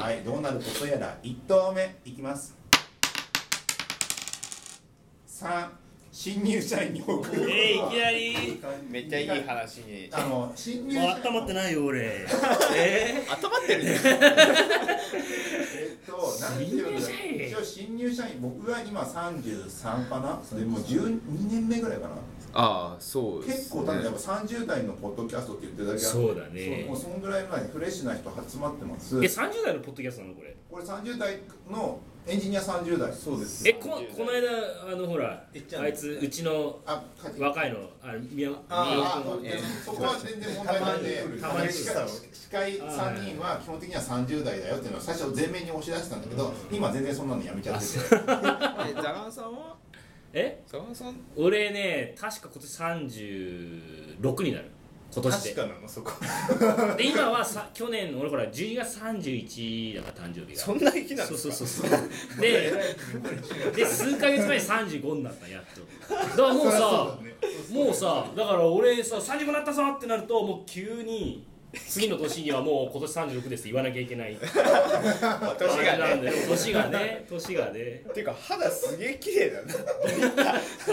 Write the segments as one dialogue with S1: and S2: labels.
S1: 回どうなることやら1投目いきます3新入社員に送る
S2: えー、いきなり
S3: めっちゃいい話に
S1: あの新入
S2: もう
S1: 社
S2: 温まってないよ俺え
S3: 頭ってるね
S1: えっと何て言うんだろ
S2: 新入社
S1: う
S2: 員
S1: 一応新入社員僕は今33かなでも12年目ぐらいかな
S4: ああそうです、ね、
S1: 結構だってやっぱ30代のポッドキャストって言ってるだけあっ
S2: ー、
S1: て
S2: そうだ
S1: そう
S2: ね
S1: もうそんぐらい前にフレッシュな人集まってます
S2: え30代のポッドキャストなのこれ
S1: これ30代のエンジニア30代そうです
S2: えここの間あのほら
S5: えっちゃん
S2: あいつうちの
S1: あか
S2: 若いのあ宮
S1: あ
S2: 宮
S1: あ
S2: 本
S1: でもそこは全然問題ないんで
S5: たまに来る
S1: 司会司会3人は基本的には30代だよっていうのは最初前面に押し出したんだけど今全然そんなのやめちゃってて
S3: えザガンさんは
S2: え
S3: ザガンさん
S2: 俺ね確か今年36になる今年で
S5: 確かなのそこ
S2: で今はさ去年俺ほら12月31だから誕生日が
S3: そんな日なん
S2: そ
S3: で
S2: うそう
S3: すか
S2: そうそうでで数ヶ月前に35になったやっとだからもうさもうさだから俺さ35になったぞってなるともう急に次の年にはもう今年36ですって言わなきゃいけない
S3: 年が
S2: あれなん
S3: ね
S2: だよ年がね年がね
S3: ていうか肌すげえ綺麗だな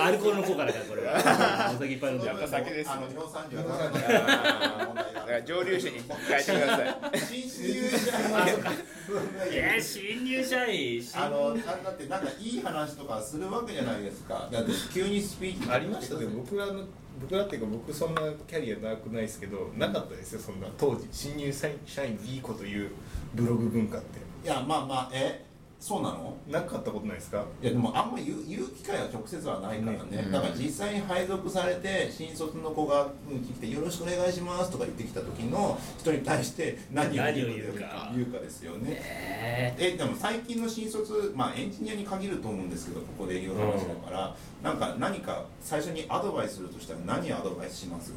S2: アルコールの効果だからこれはお酒い っぱい飲んじゃう
S3: やっぱ酒ですね
S1: あの日本30代は問題
S3: だ
S1: があ
S3: から
S1: る
S3: 上流種に変えてください
S1: 新入社員はい
S2: や新入社員新
S1: あのだだってなんかいい話とかするわけじゃないですかだって急にスピーチ
S5: ありましたでも僕らの僕らっていうか僕そんなキャリア長くないですけどなかったですよそんな当時新入社員社員にいいこと言うブログ文化って
S1: いやまあまあえそうなの
S5: なかったことないですか
S1: いやでもあんま言う言う機会は直接はないからね、だから実際に配属されて新卒の子がうん来て「よろしくお願いします」とか言ってきた時の人に対して何を言う
S2: 何を言うか
S1: 言うかですよねえでも最近の新卒、まあ、エンジニアに限ると思うんですけどここで言う話だから、なんか何か最初にアドバイスするとしたら何アドバイスします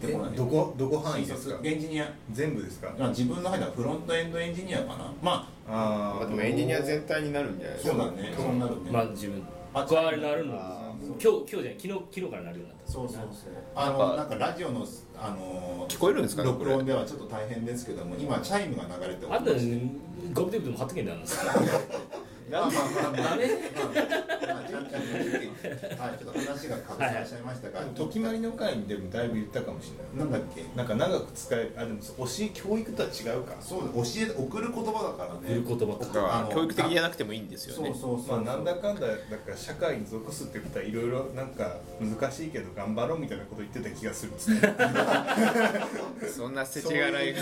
S1: 出てこない
S5: どこどこ範囲
S1: 新
S5: です
S1: 卒
S5: か
S1: エンジニア
S5: 全部ですか
S1: まあ自分の中ではフロントエンドエンジニアかなまあ
S5: あ
S3: ま
S5: あ
S3: あでもエンジニア全体になるんじゃないです
S1: そう
S3: か
S1: だねそうなるね、
S2: まあ自分
S1: あ
S2: 僕はあれなるの
S3: あ
S2: 今日今日じゃない昨日昨日からなるようになった
S1: そうそうそう。あのなんかラジオのあの
S4: 聞こえるんですかねこ
S1: 録
S4: れ
S1: 音ではちょっと大変ですけども、今チャイムが流れてお
S2: あ
S1: り
S2: ん
S1: ま
S2: た
S1: して。
S2: ゴムテープでも貼っとけんだよあんです
S1: まあまあまあまあ
S2: ダメ
S1: まあちょっとはいちょっと話がかぶってらっしゃいましたが、
S5: ときまりの会にでもだいぶ言ったかもしれない
S1: なんだっけ。
S5: なんか長く使えるあでもそう教え教育とは違うか
S1: そうだ教え送る言葉だからね。
S2: 送る言葉
S1: 送
S4: だか
S1: あの
S4: ら教育的じゃなくてもいいんですよ
S1: そう
S4: ね
S1: そう
S5: ま
S1: そ
S5: あ
S1: う。
S5: なんだかんだなんか社会に属すってことはいろいろなんか難しいけど頑張ろうみたいなこと言ってた気がするんですね
S4: そんな世知辛い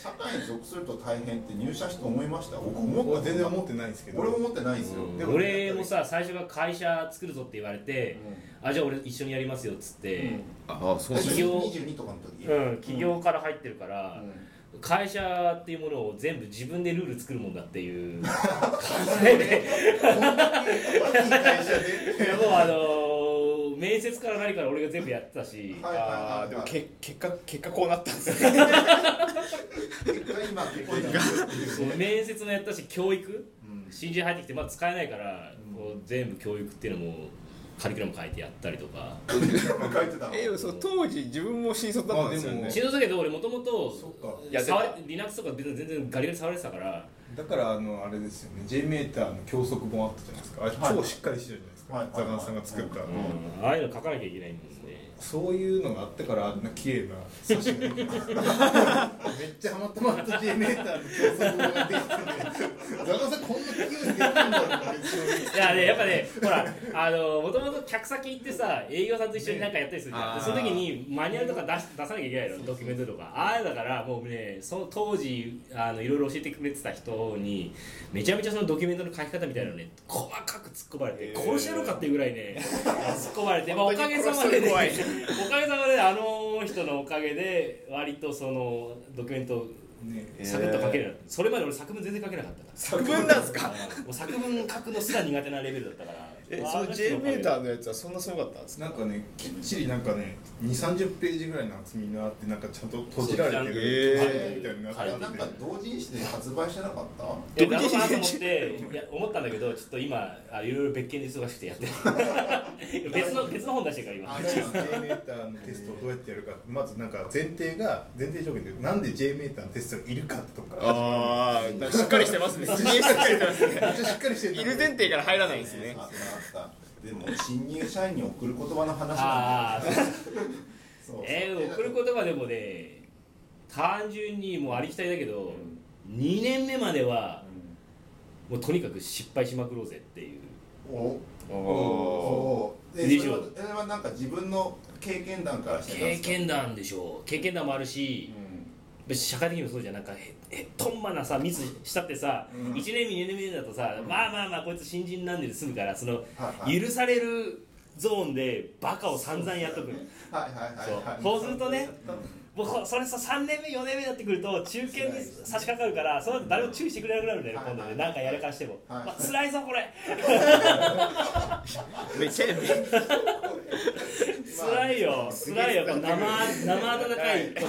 S1: 社会に属すると大変って入社して思いました。僕
S5: 僕
S1: 思っ
S5: は
S1: た
S5: 全然思
S1: っ
S5: ってないんですけ
S1: て。
S5: ど
S1: 俺も思ってないんですよ。
S5: でも
S2: 俺もさ最初が会社作るぞって言われて、あじゃあ俺一緒にやりますよっつって、
S4: ああそうなん
S1: 最 初
S2: 企
S4: です
S2: 業
S1: 二十二とかの時。
S2: うん起業から入ってるから、会社っていうものを全部自分でルール作るもんだっていう考えでもうあのー面接から何から俺が全部やってたし
S1: はいはいはい
S3: あ
S1: は
S3: ー
S1: い
S3: でもけ結果結果こうなったんですね
S1: 今結婚して
S2: その面接もやったし教育、新人入ってきてまだ使えないから、こう全部教育っていうのもカリキュラム変えてやったりとか
S1: 書いてたの。
S3: えでもそう当時自分も新卒だったんですよ
S5: まあ
S3: ね
S5: で
S2: 新卒だけど俺もともと
S5: っ
S3: か
S2: 触れ Linux とか別に全然ガリガリ触れてたから
S5: だからあのあれですよね J メーターの教則本あったじゃないですかあれ
S1: はい
S5: 超しっかりしてるじゃないですか、
S1: はいはい
S5: ザガンさんが作った、
S2: ああいうの書かなきゃいけないんですね
S5: そういうのがあったからあんな綺麗な冊子ができたんですめっちゃハマったまった J メーターの教則本ができたんでザガンさんこんな綺麗にできたんだろう
S2: いやねやっぱねほらあのもともと客先行ってさ営業さんと一緒になんかやったりするじゃん、で
S4: ね
S2: その時にマニュアルとか出し出さなきゃいけないのドキュメントとかああだからもうねその当時あのいろいろ教えてくれてた人にめちゃめちゃそのドキュメントの書き方みたいなのね細かく突っ込まれて、
S3: へー
S2: 殺してやろうかっていうぐらいね突っ込まれて、まあ、お
S3: 本当
S2: か
S3: に
S2: げさまで
S3: 殺
S2: ね
S3: すの怖い
S2: おかげさまであの人のおかげで割とそのドキュメントを
S5: ね
S2: サクッと書けるようになったそれまで俺作文全然書けなかったから
S3: 作文なんですか
S2: もう作文書くのすら苦手なレベルだったから
S3: えその J メーターのやつはそんなすごかったんですか
S5: なんかねきっちりなんかね2 3 0ページぐらいの厚みがあってなんかちゃんと閉じられてる
S3: そう
S5: パネルみたいになって
S2: へー
S5: て
S1: なんか同人誌で発売してなかった
S2: いやなるほどなと思っていや思ったんだけどちょっと今あいろいろ別件で忙しくてやってる別の別の本出してるから今
S5: あの J メーターのテストをどうやってやるかまずなんか前提が前提条件でなんで J メーターのテストにいるかとか
S4: ああしっかりしてますね。すげえしっかりしてますね。
S5: めっちゃしっかりして
S4: いる前提から入らないんですね。
S1: あったあったでも新入社員に送る言葉の話なんだ
S2: ああ
S1: そう
S2: えー、送る言葉でもね単純にもうありきたりだけど、2年目まではもうとにかく失敗しまくろうぜっていう
S1: お
S4: お
S1: おーえ
S2: 以
S1: それ
S2: 上
S1: はそれはなんか自分の経験談からしてたんで
S2: 経
S1: すか
S2: 験談でしょう経験談もあるし、別に社会的にもそうじゃんなんかへへっとんまなさミスしたってさ、
S1: うん
S2: 1年目2年目だとさ、まあまあまあこいつ新人なんで済むからその
S1: はいはい
S2: 許されるゾーンでバカを散々やっとく
S1: はいはいはいはい
S2: そうこうするとね僕それさ3年目4年目になってくると中堅に差し掛かるからその後誰も注意してくれなくなるんだよね
S1: はい
S2: 今度ねなんかやらかしても、
S1: はい
S2: まあ、辛いぞこれ
S4: めっちゃやる。
S2: 辛いよ辛いよこの生生温かいこの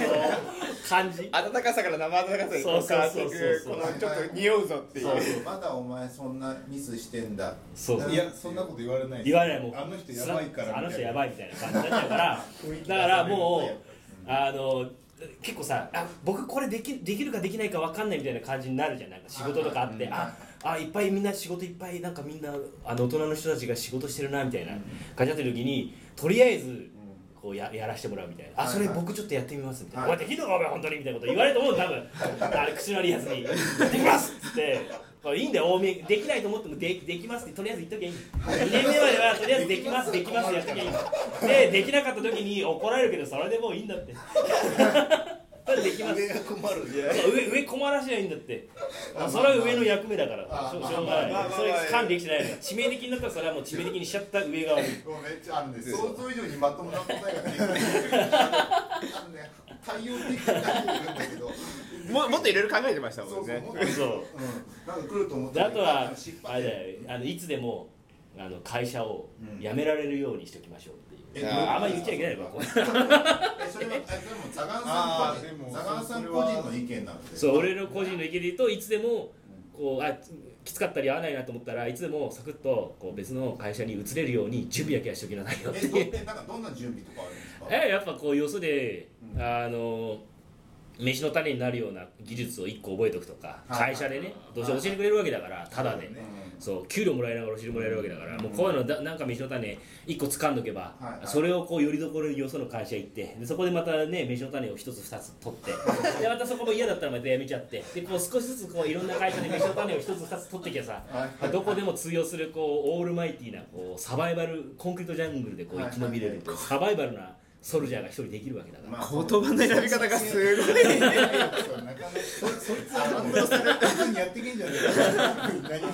S2: 感じ
S3: 暖かさから生暖かさにこう変わって
S2: そうそうそう
S3: いく
S2: そう
S3: このちょっと匂うぞっていう
S1: そうそうまだお前そんなミスしてんだ
S2: そう
S1: だ
S5: いやそんなこと言われない
S2: 言われないもう
S5: あの人やばいからみたいな
S2: あの人やばいみたいな感じになっちゃう からだからもうあの結構さあ僕これできできるかできないか分かんないみたいな感じになるじゃんなんか仕事とかあって
S1: はいはい
S2: ああいっぱいみんな仕事いっぱいなんかみんなあの大人の人たちが仕事してるなみたいな感じになってる時にとりあえずこうややらしてもらうみたいな「あ
S1: はい
S2: そ
S1: はい
S2: れ僕ちょっとやってみます」みたいな「
S1: はい
S2: お前できんのかお前本当に」みたいなこと言われると思う多分あれ口の悪いやつ に「やってきます」っつって「これいいんだよ多めできないと思ってもでできます」ってとりあえず言っときゃいい2年目まではとりあえずできますできますやっときゃいいでできなかった時に怒られるけどそれでもういいんだってそれできます
S5: 上が困るんだよ
S2: そう上上困らしりゃいいんだってそれは上の役目だから
S1: あ
S2: し
S1: ま
S2: ょ
S1: あ
S2: しょうが
S3: まあ
S2: な
S3: ま
S2: い
S3: あ
S2: それ管理できてないから致命的になったらそれはもう致命的にしちゃった上側に
S1: もうめっちゃあるんです想像以上にまともな答え ができないあのね対応できないんだけど
S4: ももっといろいろ考えてました
S1: そ
S4: も
S1: うんそう
S4: ね。
S1: もっと
S2: そう
S1: うんなんか来ると思っ
S2: で
S1: た
S2: あとは
S1: 失
S2: あ
S1: 敗
S2: れだよあのいつでもあの会社を辞められるようにしておきましょうっていう、
S1: え
S4: いや
S2: あんま言っちゃいけないのかこれ
S1: えそれはえそれもザガン
S5: あー
S1: さん
S5: で
S1: 個
S5: も
S1: 人ザガンさん
S5: それ
S1: 個
S5: は
S1: 人の意見なんで
S2: そう俺の個人の意見で言うといつでもこうあきつかったり合わないなと思ったらいつでもサクッとこう別の会社に移れるように準備だけはしておきなさいよって
S1: えど
S2: いう
S1: えなんかどんな準備とかあるんですか
S2: えやっぱこうよそで、
S1: うん
S2: あの飯の種になるような技術を1個覚えておくとか
S1: はい
S2: 会社でねどうせ教えてくれるわけだからただで
S5: そうだね
S2: そう給料もらいながら教えてもらえるわけだからもうこういうのだなんか飯の種1個掴んどけば
S1: はいはい
S2: それをこうよりどころによその会社行ってでそこでまたね飯の種を1つ2つ取 ってでまたそこも嫌だったらまたやめちゃってでこう少しずつこういろんな会社で飯の種を1つ2つ取ってきゃさ
S1: はい
S2: どこでも通用するこうオールマイティーなこうサバイバルコンクリートジャングルでこう生き延びれるっていうサバイバルなソルジャーが一人できるわけだから、
S1: まあ
S4: 言葉の選び方がすごい。
S5: なかなかそそいつは反応する普通にやってけんじゃねえか何も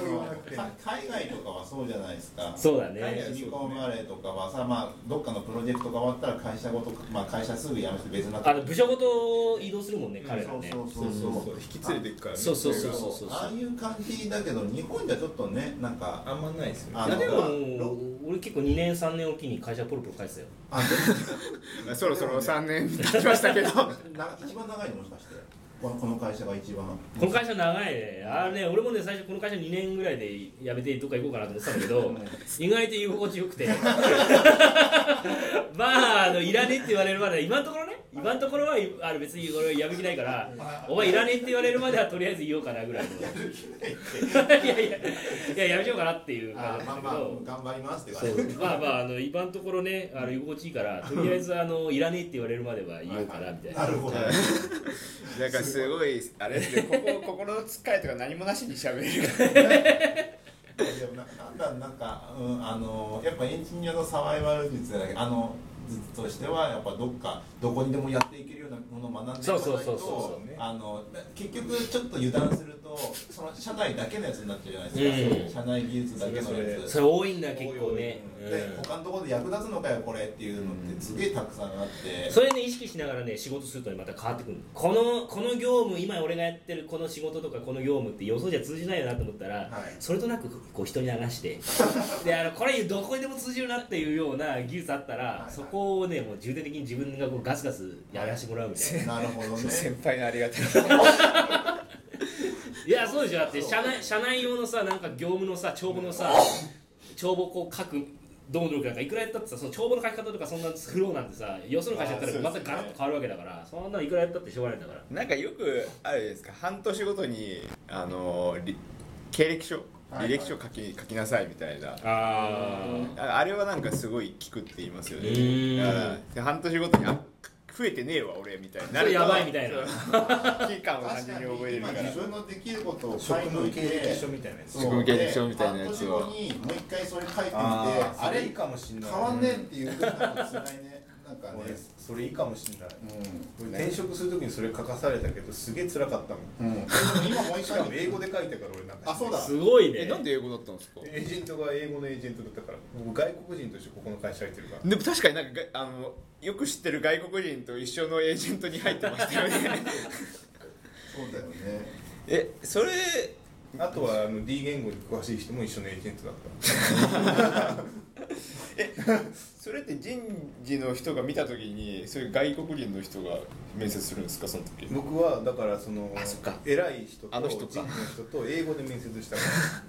S5: 言わなくて
S1: か海外とかはそうじゃないですか
S2: そうだ
S1: 海外シ
S2: ね
S1: リコンバレーとかはさ、まあ、どっかのプロジェクトが終わったら会社ごと、まあ、会社すぐ辞めて別にな
S2: あの部署ごと移動するもんね彼ら
S1: そう
S2: ね
S1: そうそう
S5: そう
S1: そ
S5: そうう引き連れていくからね
S2: そうそうそう
S1: そうそうああいう感じだけど日本じゃちょっとねなんか
S5: あんまないですよね
S1: あ
S2: いや
S1: の
S2: でも
S1: ロ
S2: 俺結構2年3年おきに会社ポロポロ返したよ
S1: あ
S4: そろそろ三年経ちましたけど。
S1: でもな一番長いのもしかしてこのこの会社が一番
S2: この会社長いねあれね俺もね最初この会社2年ぐらいで辞めてどっか行こうかなと思ってたんだけど意外と居心地よくて まああのいらねえって言われるまで今のところね今のところはいあの別に俺はやる気ないからお前いらねえって言われるまではとりあえず言おうかなぐらい のいやいやいややめちゃおうかなっていう感
S1: あ
S2: じだ
S1: まあ
S2: け
S1: まあ
S2: ど
S1: 頑張りますって
S2: そ
S1: 感じ
S2: うまあまああの今のところねあの居心地いいからとりあえずあのいらねえって言われるまでは言おうかなみたいな
S1: なるほど
S4: なんかすごいあれですね。
S3: こ こ心のつっかえとか何もなしに喋れる
S1: でもななんだなんか、うん、あのやっぱエンジニアのサバイバル術だけどあの術としてはやっぱどっかどこにでもやっていけるようなものを学んでいかないと
S2: そうそうそうそう
S5: そう
S1: あの結局ちょっと油断するとその社内だけのやつになっちゃうじゃないですか、社内技術だけのやつ
S5: それそ
S2: それ多いんだ結構ね
S1: で他のところで役立つのかよこれっていうのってすげえたくさんあって、
S2: それね意識しながらね仕事するとねまた変わってくるのこのこの業務今俺がやってるこの仕事とかこの業務って予想じゃ通じないよなと思ったら、
S1: はい
S2: それとなくこう人に流して であのこれどこにでも通じるなっていうような技術あったら、
S1: はい
S2: そこをねもう重点的に自分がこうガスガスやらせてもらうみたいな、
S1: なるほどね
S3: 先輩のありがたい
S2: いやそうでしょだって社内社内用のさなんか業務のさ帳簿のさ帳簿こう書く動力なんかいくらやったってさその帳簿の書き方とかそんなフローなんてさよその会社やったらまたガラッと変わるわけだからそんなのいくらやったってしょうがないんだから
S4: なんかよくあるじゃないですか半年ごとにあのり経歴書
S5: はい
S4: 履歴書書き書きなさいみたいな
S2: あ
S4: ああれはなんかすごい効くって言いますよ
S2: うー
S4: ね
S2: ん
S4: だからで半年ごとにあ増えてねえわ俺みたいにな
S2: それ
S4: ると
S2: やばいみたいな
S4: そう危機感を感
S1: 確
S4: じ
S1: か
S4: に
S1: に
S4: 覚える
S1: 今
S4: から
S1: 自分のできることを書い
S5: 職
S1: と
S5: 務
S1: い
S5: 経
S1: て
S5: 歴書みたいなやつ
S1: そう
S4: 職務経歴書みたいなやつを
S1: で半年後にもう一回それ書いてきて
S5: あ
S1: あ
S5: ーそ
S1: れ
S5: れいいかもしんない
S1: 変わんねえっていうふうなことしないねなんかね
S5: 俺それいいかもしんない
S1: うん
S5: 俺
S1: ね
S5: 転職するときにそれ書かされたけどすげえ辛かったも
S1: うんでも今もうん
S5: し
S1: 一
S5: か
S1: 回
S5: も英語で書いたから俺なんか
S1: あそうだ
S2: ーすごいね
S4: えなんで英語だったんですか
S5: エージェントが英語のエージェントだったから僕外国人としてここの会社入ってるから
S4: でも確かになんかがあのよく知ってる外国人と一緒のエージェントに入ってましたよ ね
S1: そうだよね
S4: えそれ
S5: あとはあの D 言語に詳しい人も一緒のエージェントだった
S4: それって人事の人が見た時にそういう外国人の人が面接するんですかその時
S5: 僕はだからその
S4: あそっか
S5: 偉い人と
S4: あの人
S5: 人
S4: か
S5: 事の人と英語で面接し たか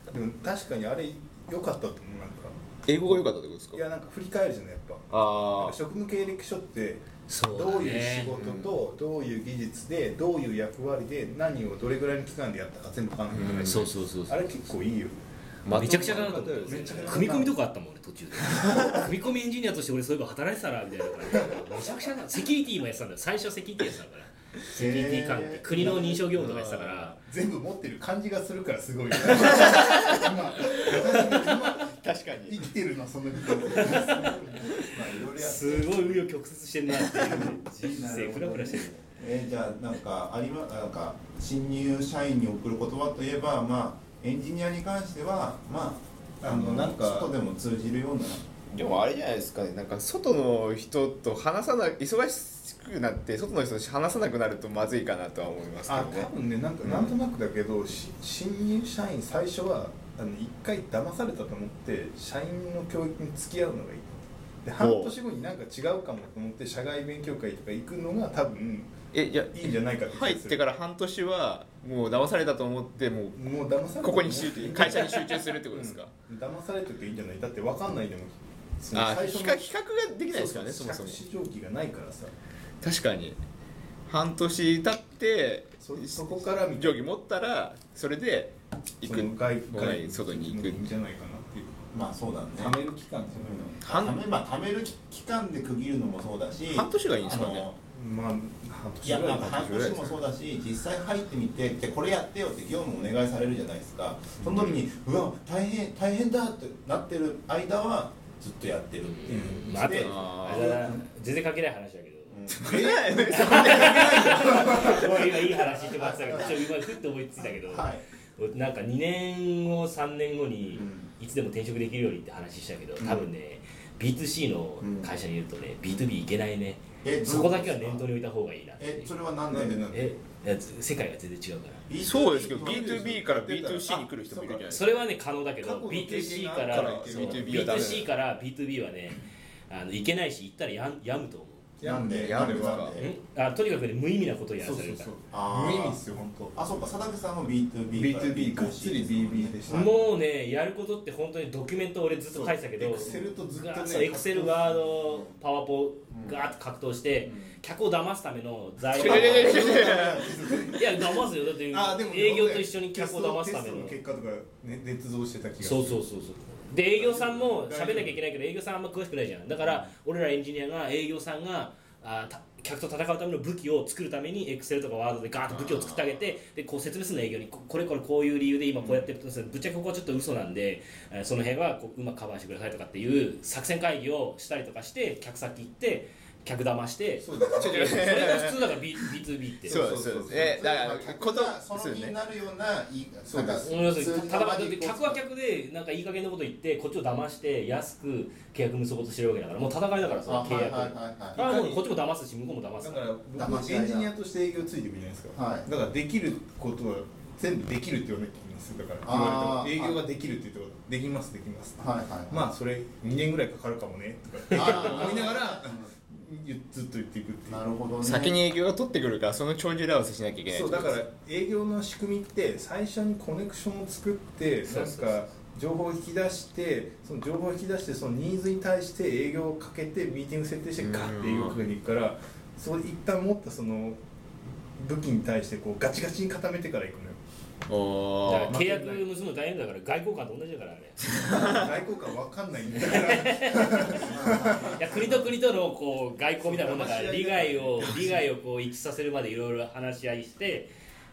S5: らでも確かにあれ良かったと思うなんか
S4: 英語が良かったってことですか
S5: いやなんか振り返るじゃないやっぱ
S4: あ
S5: 職務経歴書って
S2: そうだね
S5: どういう仕事とどういう技術でどういう役割で何をどれぐらいの期間でやったか全部考えてない、
S4: うん
S2: そうそうそうそ
S5: あ
S2: う
S5: れ結構いいよ
S4: あ
S2: めちゃくちゃだなと思って
S5: めちゃくちゃだ
S2: 組み込みとかあったもん俺途中で 組み込みエンジニアとして俺そういえば働いてたなみたいな感じでめちゃくちゃだセキュリティもやってたんだよ最初セキュリティやってたからセキュリティ関
S5: へ
S2: 係
S5: ー
S2: 国の認証業務とかやってたから
S5: 全部持ってる感じがするからすごいよ
S4: 確か
S5: 生
S4: に
S5: きてるなその人まあいろいろやって
S2: すごい紆余曲折してんなっていう人生フラフラしてる
S1: えーじゃあなんかありまなんか新入社員に送る言葉といえばまあエンジニアに関してはまああの
S5: うん
S1: な
S5: なんん
S1: か
S5: か
S1: ちょっとでも通じるような
S4: でもあれじゃないですかねなんか外の人と話さな忙しくなって外の人と話さなくなるとまずいかなとは思いますけど
S5: あ
S4: ね
S5: 多分ねなんかなんとなくだけど、し新入社員最初はあの一回騙されたと思って社員の教育に付き合うのがいいで半年後になんか違うかもと思って社外勉強会とか行くのが多分
S4: えじゃ
S5: いいんじゃないかって気がす
S4: 入
S5: る
S4: ってから半年はもう騙されたと思ってもう
S5: もう騙された
S4: ここに集中会社に集中するって
S5: う
S4: こ
S5: ん
S4: とですか、
S5: 騙されてていいんじゃないだって分かんないでもその
S4: あ
S5: 最
S4: 比
S5: 初
S4: 較
S5: の
S4: 比較ができないですからねそもそも
S5: 視聴器がないからさ
S4: 確かに半年経って
S5: そそこからみ
S4: 定規持ったらそれで行
S5: そ
S4: く
S5: の外
S4: 外外に行く
S5: いいんじゃないかなっていう
S1: まあそうだね
S5: 貯める期間じ
S1: ためまあ貯める期間で区切るのもそうだし
S4: 半年がいいんですかね
S1: あの
S5: ゃないまあ半
S1: い
S5: 年
S1: や
S5: ぐ
S1: な
S5: ら
S1: いんか
S5: か
S1: 半年もそうだし実際入ってみてでこれやってよって業務お願いされるじゃないですかその時に、うわ大変大変だってなってる間はずっとやってるっていう、
S5: うん
S2: まああと
S1: で
S2: あれだな全然関係ない話だけど
S1: うん
S2: すごい今いい話してもらってたけどちょっと今ふっと思いついたけど、
S1: はい、
S2: 俺なんか2年後3年後に
S1: う
S2: いつでも転職できるようにって話したけど
S1: うん
S2: 多分ね B2C の会社にいるとね B2B いけないね
S1: え
S2: そこだけは念頭に置いた方がいいなってい
S1: え
S2: う
S1: それはなんで
S5: なんでなんで
S2: えいや世界が全然違うから
S4: そうですけど B2B から
S5: B2C
S4: B2C
S5: に
S4: に
S5: 来
S4: 来
S5: る
S4: る
S5: 人
S4: 人
S5: も
S4: もいるじゃ
S5: いるじゃな
S4: ない
S2: それはね可能だけ
S5: 過去
S2: ど
S5: の経験
S2: B2C
S5: があ
S2: か
S5: る
S2: ら
S5: から
S2: そう
S4: B2B はダメだ
S2: B2C から B2B はねあのいけないし行ったらやんやむと思
S1: なんで
S4: や
S1: なん
S4: る
S1: で
S4: んですか
S2: う、ん、あとにかくね無意味なことをやら
S5: そう
S2: さ
S5: そ
S2: れる
S5: う
S2: から
S5: そう
S1: あー
S5: 無意味っすよ本当
S1: あそうか佐竹さんも B2B から
S5: B2B がっつり BB でした
S2: もうねやることって本当にドキュメント俺ずっと書いてたけど
S5: そうエクセルとずっとね
S2: ガーそうエクセルワードパワポ
S1: うん
S2: ガーッと格闘して、客を騙すための財
S4: い
S2: を
S4: やいやいやいやいや
S2: いや騙すよだって
S5: あでも
S2: 営業と一緒に客を騙すため
S5: テスト
S2: の
S5: の結果とかね捏造してた気が
S2: そうそうそうそうで営業さんも喋んなきゃいけないけど営業さんあんま詳しくないじゃんだから俺らエンジニアが営業さんがあた客と戦うための武器を作るためにエクセルとかワードでガーッと武器を作ってあげてでこう説明するの営業にここれこれこういう理由で今こうやってるとですねぶっちゃけここはちょっと嘘なんでえーその辺はこううまくカバーしてくださいとかっていう作戦会議をしたりとかして客先行って客騙して
S5: そうだ
S4: ち
S2: そ
S4: ょ
S2: れが普通だから B- B2B って
S4: そうですそうですえだからこ
S1: こととその
S4: そう
S1: 気
S4: で
S1: に
S4: すね
S1: なるような言い
S5: そうだ
S2: うん要する
S1: 数字
S2: に戦う
S1: の
S2: だ
S1: 割
S2: って
S1: り
S2: 客は客でなんかいい加減なこと言ってこっちを騙して安く契約結ぼうとしてるわけだからもう戦いだからそ
S1: あ
S2: の
S1: はい
S2: 契
S1: はい
S2: 約
S1: は
S2: だからもうこっちも騙すし向こうも騙す
S5: だ
S2: か
S5: からら僕エンジニアとして営業ついてくるじゃないですか、
S1: はい
S5: だからできることは全部できるって言わなきゃいけないんですよだから
S1: あー
S5: 言われても営業ができるって言ってことできますできます
S1: いはいはいはい
S5: まあそれ2年ぐらいかかるかもねとか
S1: あー
S5: 思いながらゆずっと言っていくっていう
S1: なるほどね
S4: 先に営業が取ってくるからその帳尻合わせしなきゃいけない
S5: そうだから営業の仕組みって最初にコネクションを作ってなん
S2: そうそうそう
S5: か情報を引き出してその情報を引き出してそのニーズに対して営業をかけてミーティング設定してガッて営業をかけに行くからそこで一旦持ったその武器に対してこうガチガチに固めてから行くのよ
S4: お
S2: だか
S4: ー
S2: ら契約結ぶの大変だから外交官と同じだからあれ
S5: 外交官わかんないんだから
S2: いや国と国とのこう外交みたいなもんだから利害を利害をこう一致させるまでいろいろ話し合いして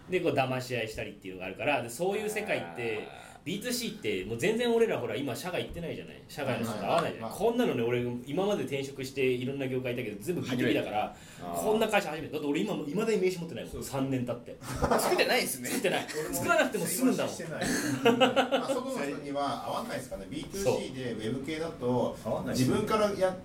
S2: でこう騙し合いしたりっていうのがあるからでそういう世界って B2C ってもう全然俺らほら今社外行ってないじゃない社外の人と会わないじゃな
S1: ま
S2: い、
S1: あ
S2: こんなのね俺今まで転職していろんな業界いたけど全部 B2B だからこんな会社初めてだって俺今いまだに名刺持ってないもん3年経って
S3: 作ってないですね
S2: 作ってない作らなくても済むんだもん
S5: してない
S1: まあ、そこの人には合わないですかね、
S2: そう
S1: B2C でウェブ系だと
S5: 合わ、ない
S1: 自分からや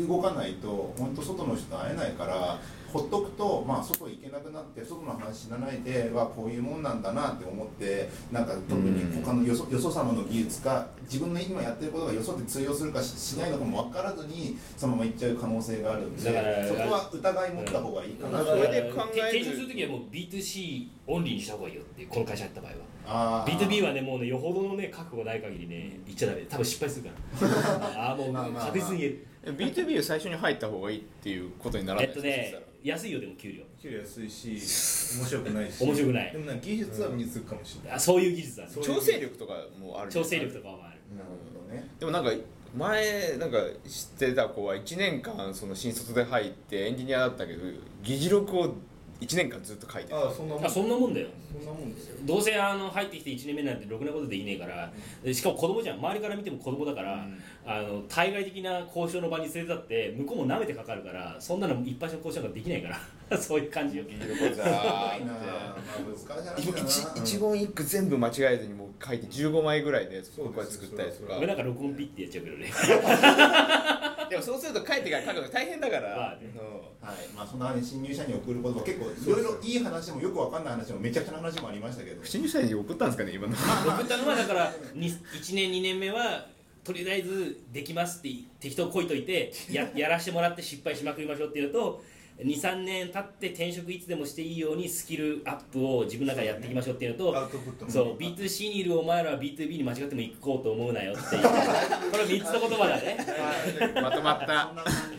S1: 動かないと、本当、外の人と会えないから、ほっとくと、まあ、外行けなくなって、外の話しないで、はこういうもんなんだなって思って、なんか特に他のよそよそ様の技術か、自分の今やってることがよそで通用するかししないのかも分からずに、そのまま行っちゃう可能性があるんで、
S2: だから
S1: そこは疑い持った方がいいかな
S2: だ
S1: と。
S2: から
S4: それで考える
S2: 転職するときはもう B2C オンリーにした方がいいよっていうこの会社やった場合は
S1: あー
S2: B2B はねもうねよほどのね覚悟がない限りね言っちゃダメ多分失敗するからああもう
S1: まあまあまあ
S2: 確実に言える
S4: B2B を最初に入った方がいいっていうことにならな
S2: え
S4: い
S2: っ
S4: です
S2: と
S4: か
S2: ね安いよでも給料
S5: 給料安いし面白くないし
S2: 面白くない
S5: でもなんか技術は身につくかもしれない、
S2: あそういう技術だね
S5: そ
S4: そうしたら調整力とかもあるんです
S2: 調
S4: か
S2: 整力とかもある
S1: なるほどね。
S4: でもなんか前なんか知ってた子は1年間その新卒で入ってエンジニアだったけど議事録を1年間ずっと書いてた
S5: ああそんなもん
S2: あそんなもんだよ
S5: そんなもんですよ
S2: どうせあの入ってきて1年目なんてろくなことできねえからでしかも子供じゃん周りから見ても子供だから、あの対外的な交渉の場に連れてって向こうも舐めてかかるからそんなの一般の交渉なんかできないから そういう感じよ
S1: あーまあ難しい
S4: 一
S1: 話だな
S4: 一言一句全部間違えずにもう書いて15枚ぐらいのやつ
S5: そうです
S4: 僕は作ったやつとか
S2: 俺なんか録音ピッてやっちゃうけどね
S4: でもそうすると書いてから書くの大変だか
S2: まあ
S4: ら
S2: ね
S4: う
S1: はい、まあそんな新入社員に送ることも結構いろいろいい話もよくわかんない話もめちゃくちゃな話もありましたけど
S4: ん。新入社員に送ったんですかね今の
S2: 送ったのはだからに1年2年目はとりあえずできますって適当こいといてや やらしてもらって失敗しまくりましょうっていうのと23年経って転職いつでもしていいようにスキルアップを自分の中でやっていきましょうっていうのと
S5: アウトプットも
S2: そう B2C にいるお前らは B2B に間違っても行こうと思うなよっていうこれ3つの言葉だね
S4: まとまった
S1: そんな感じ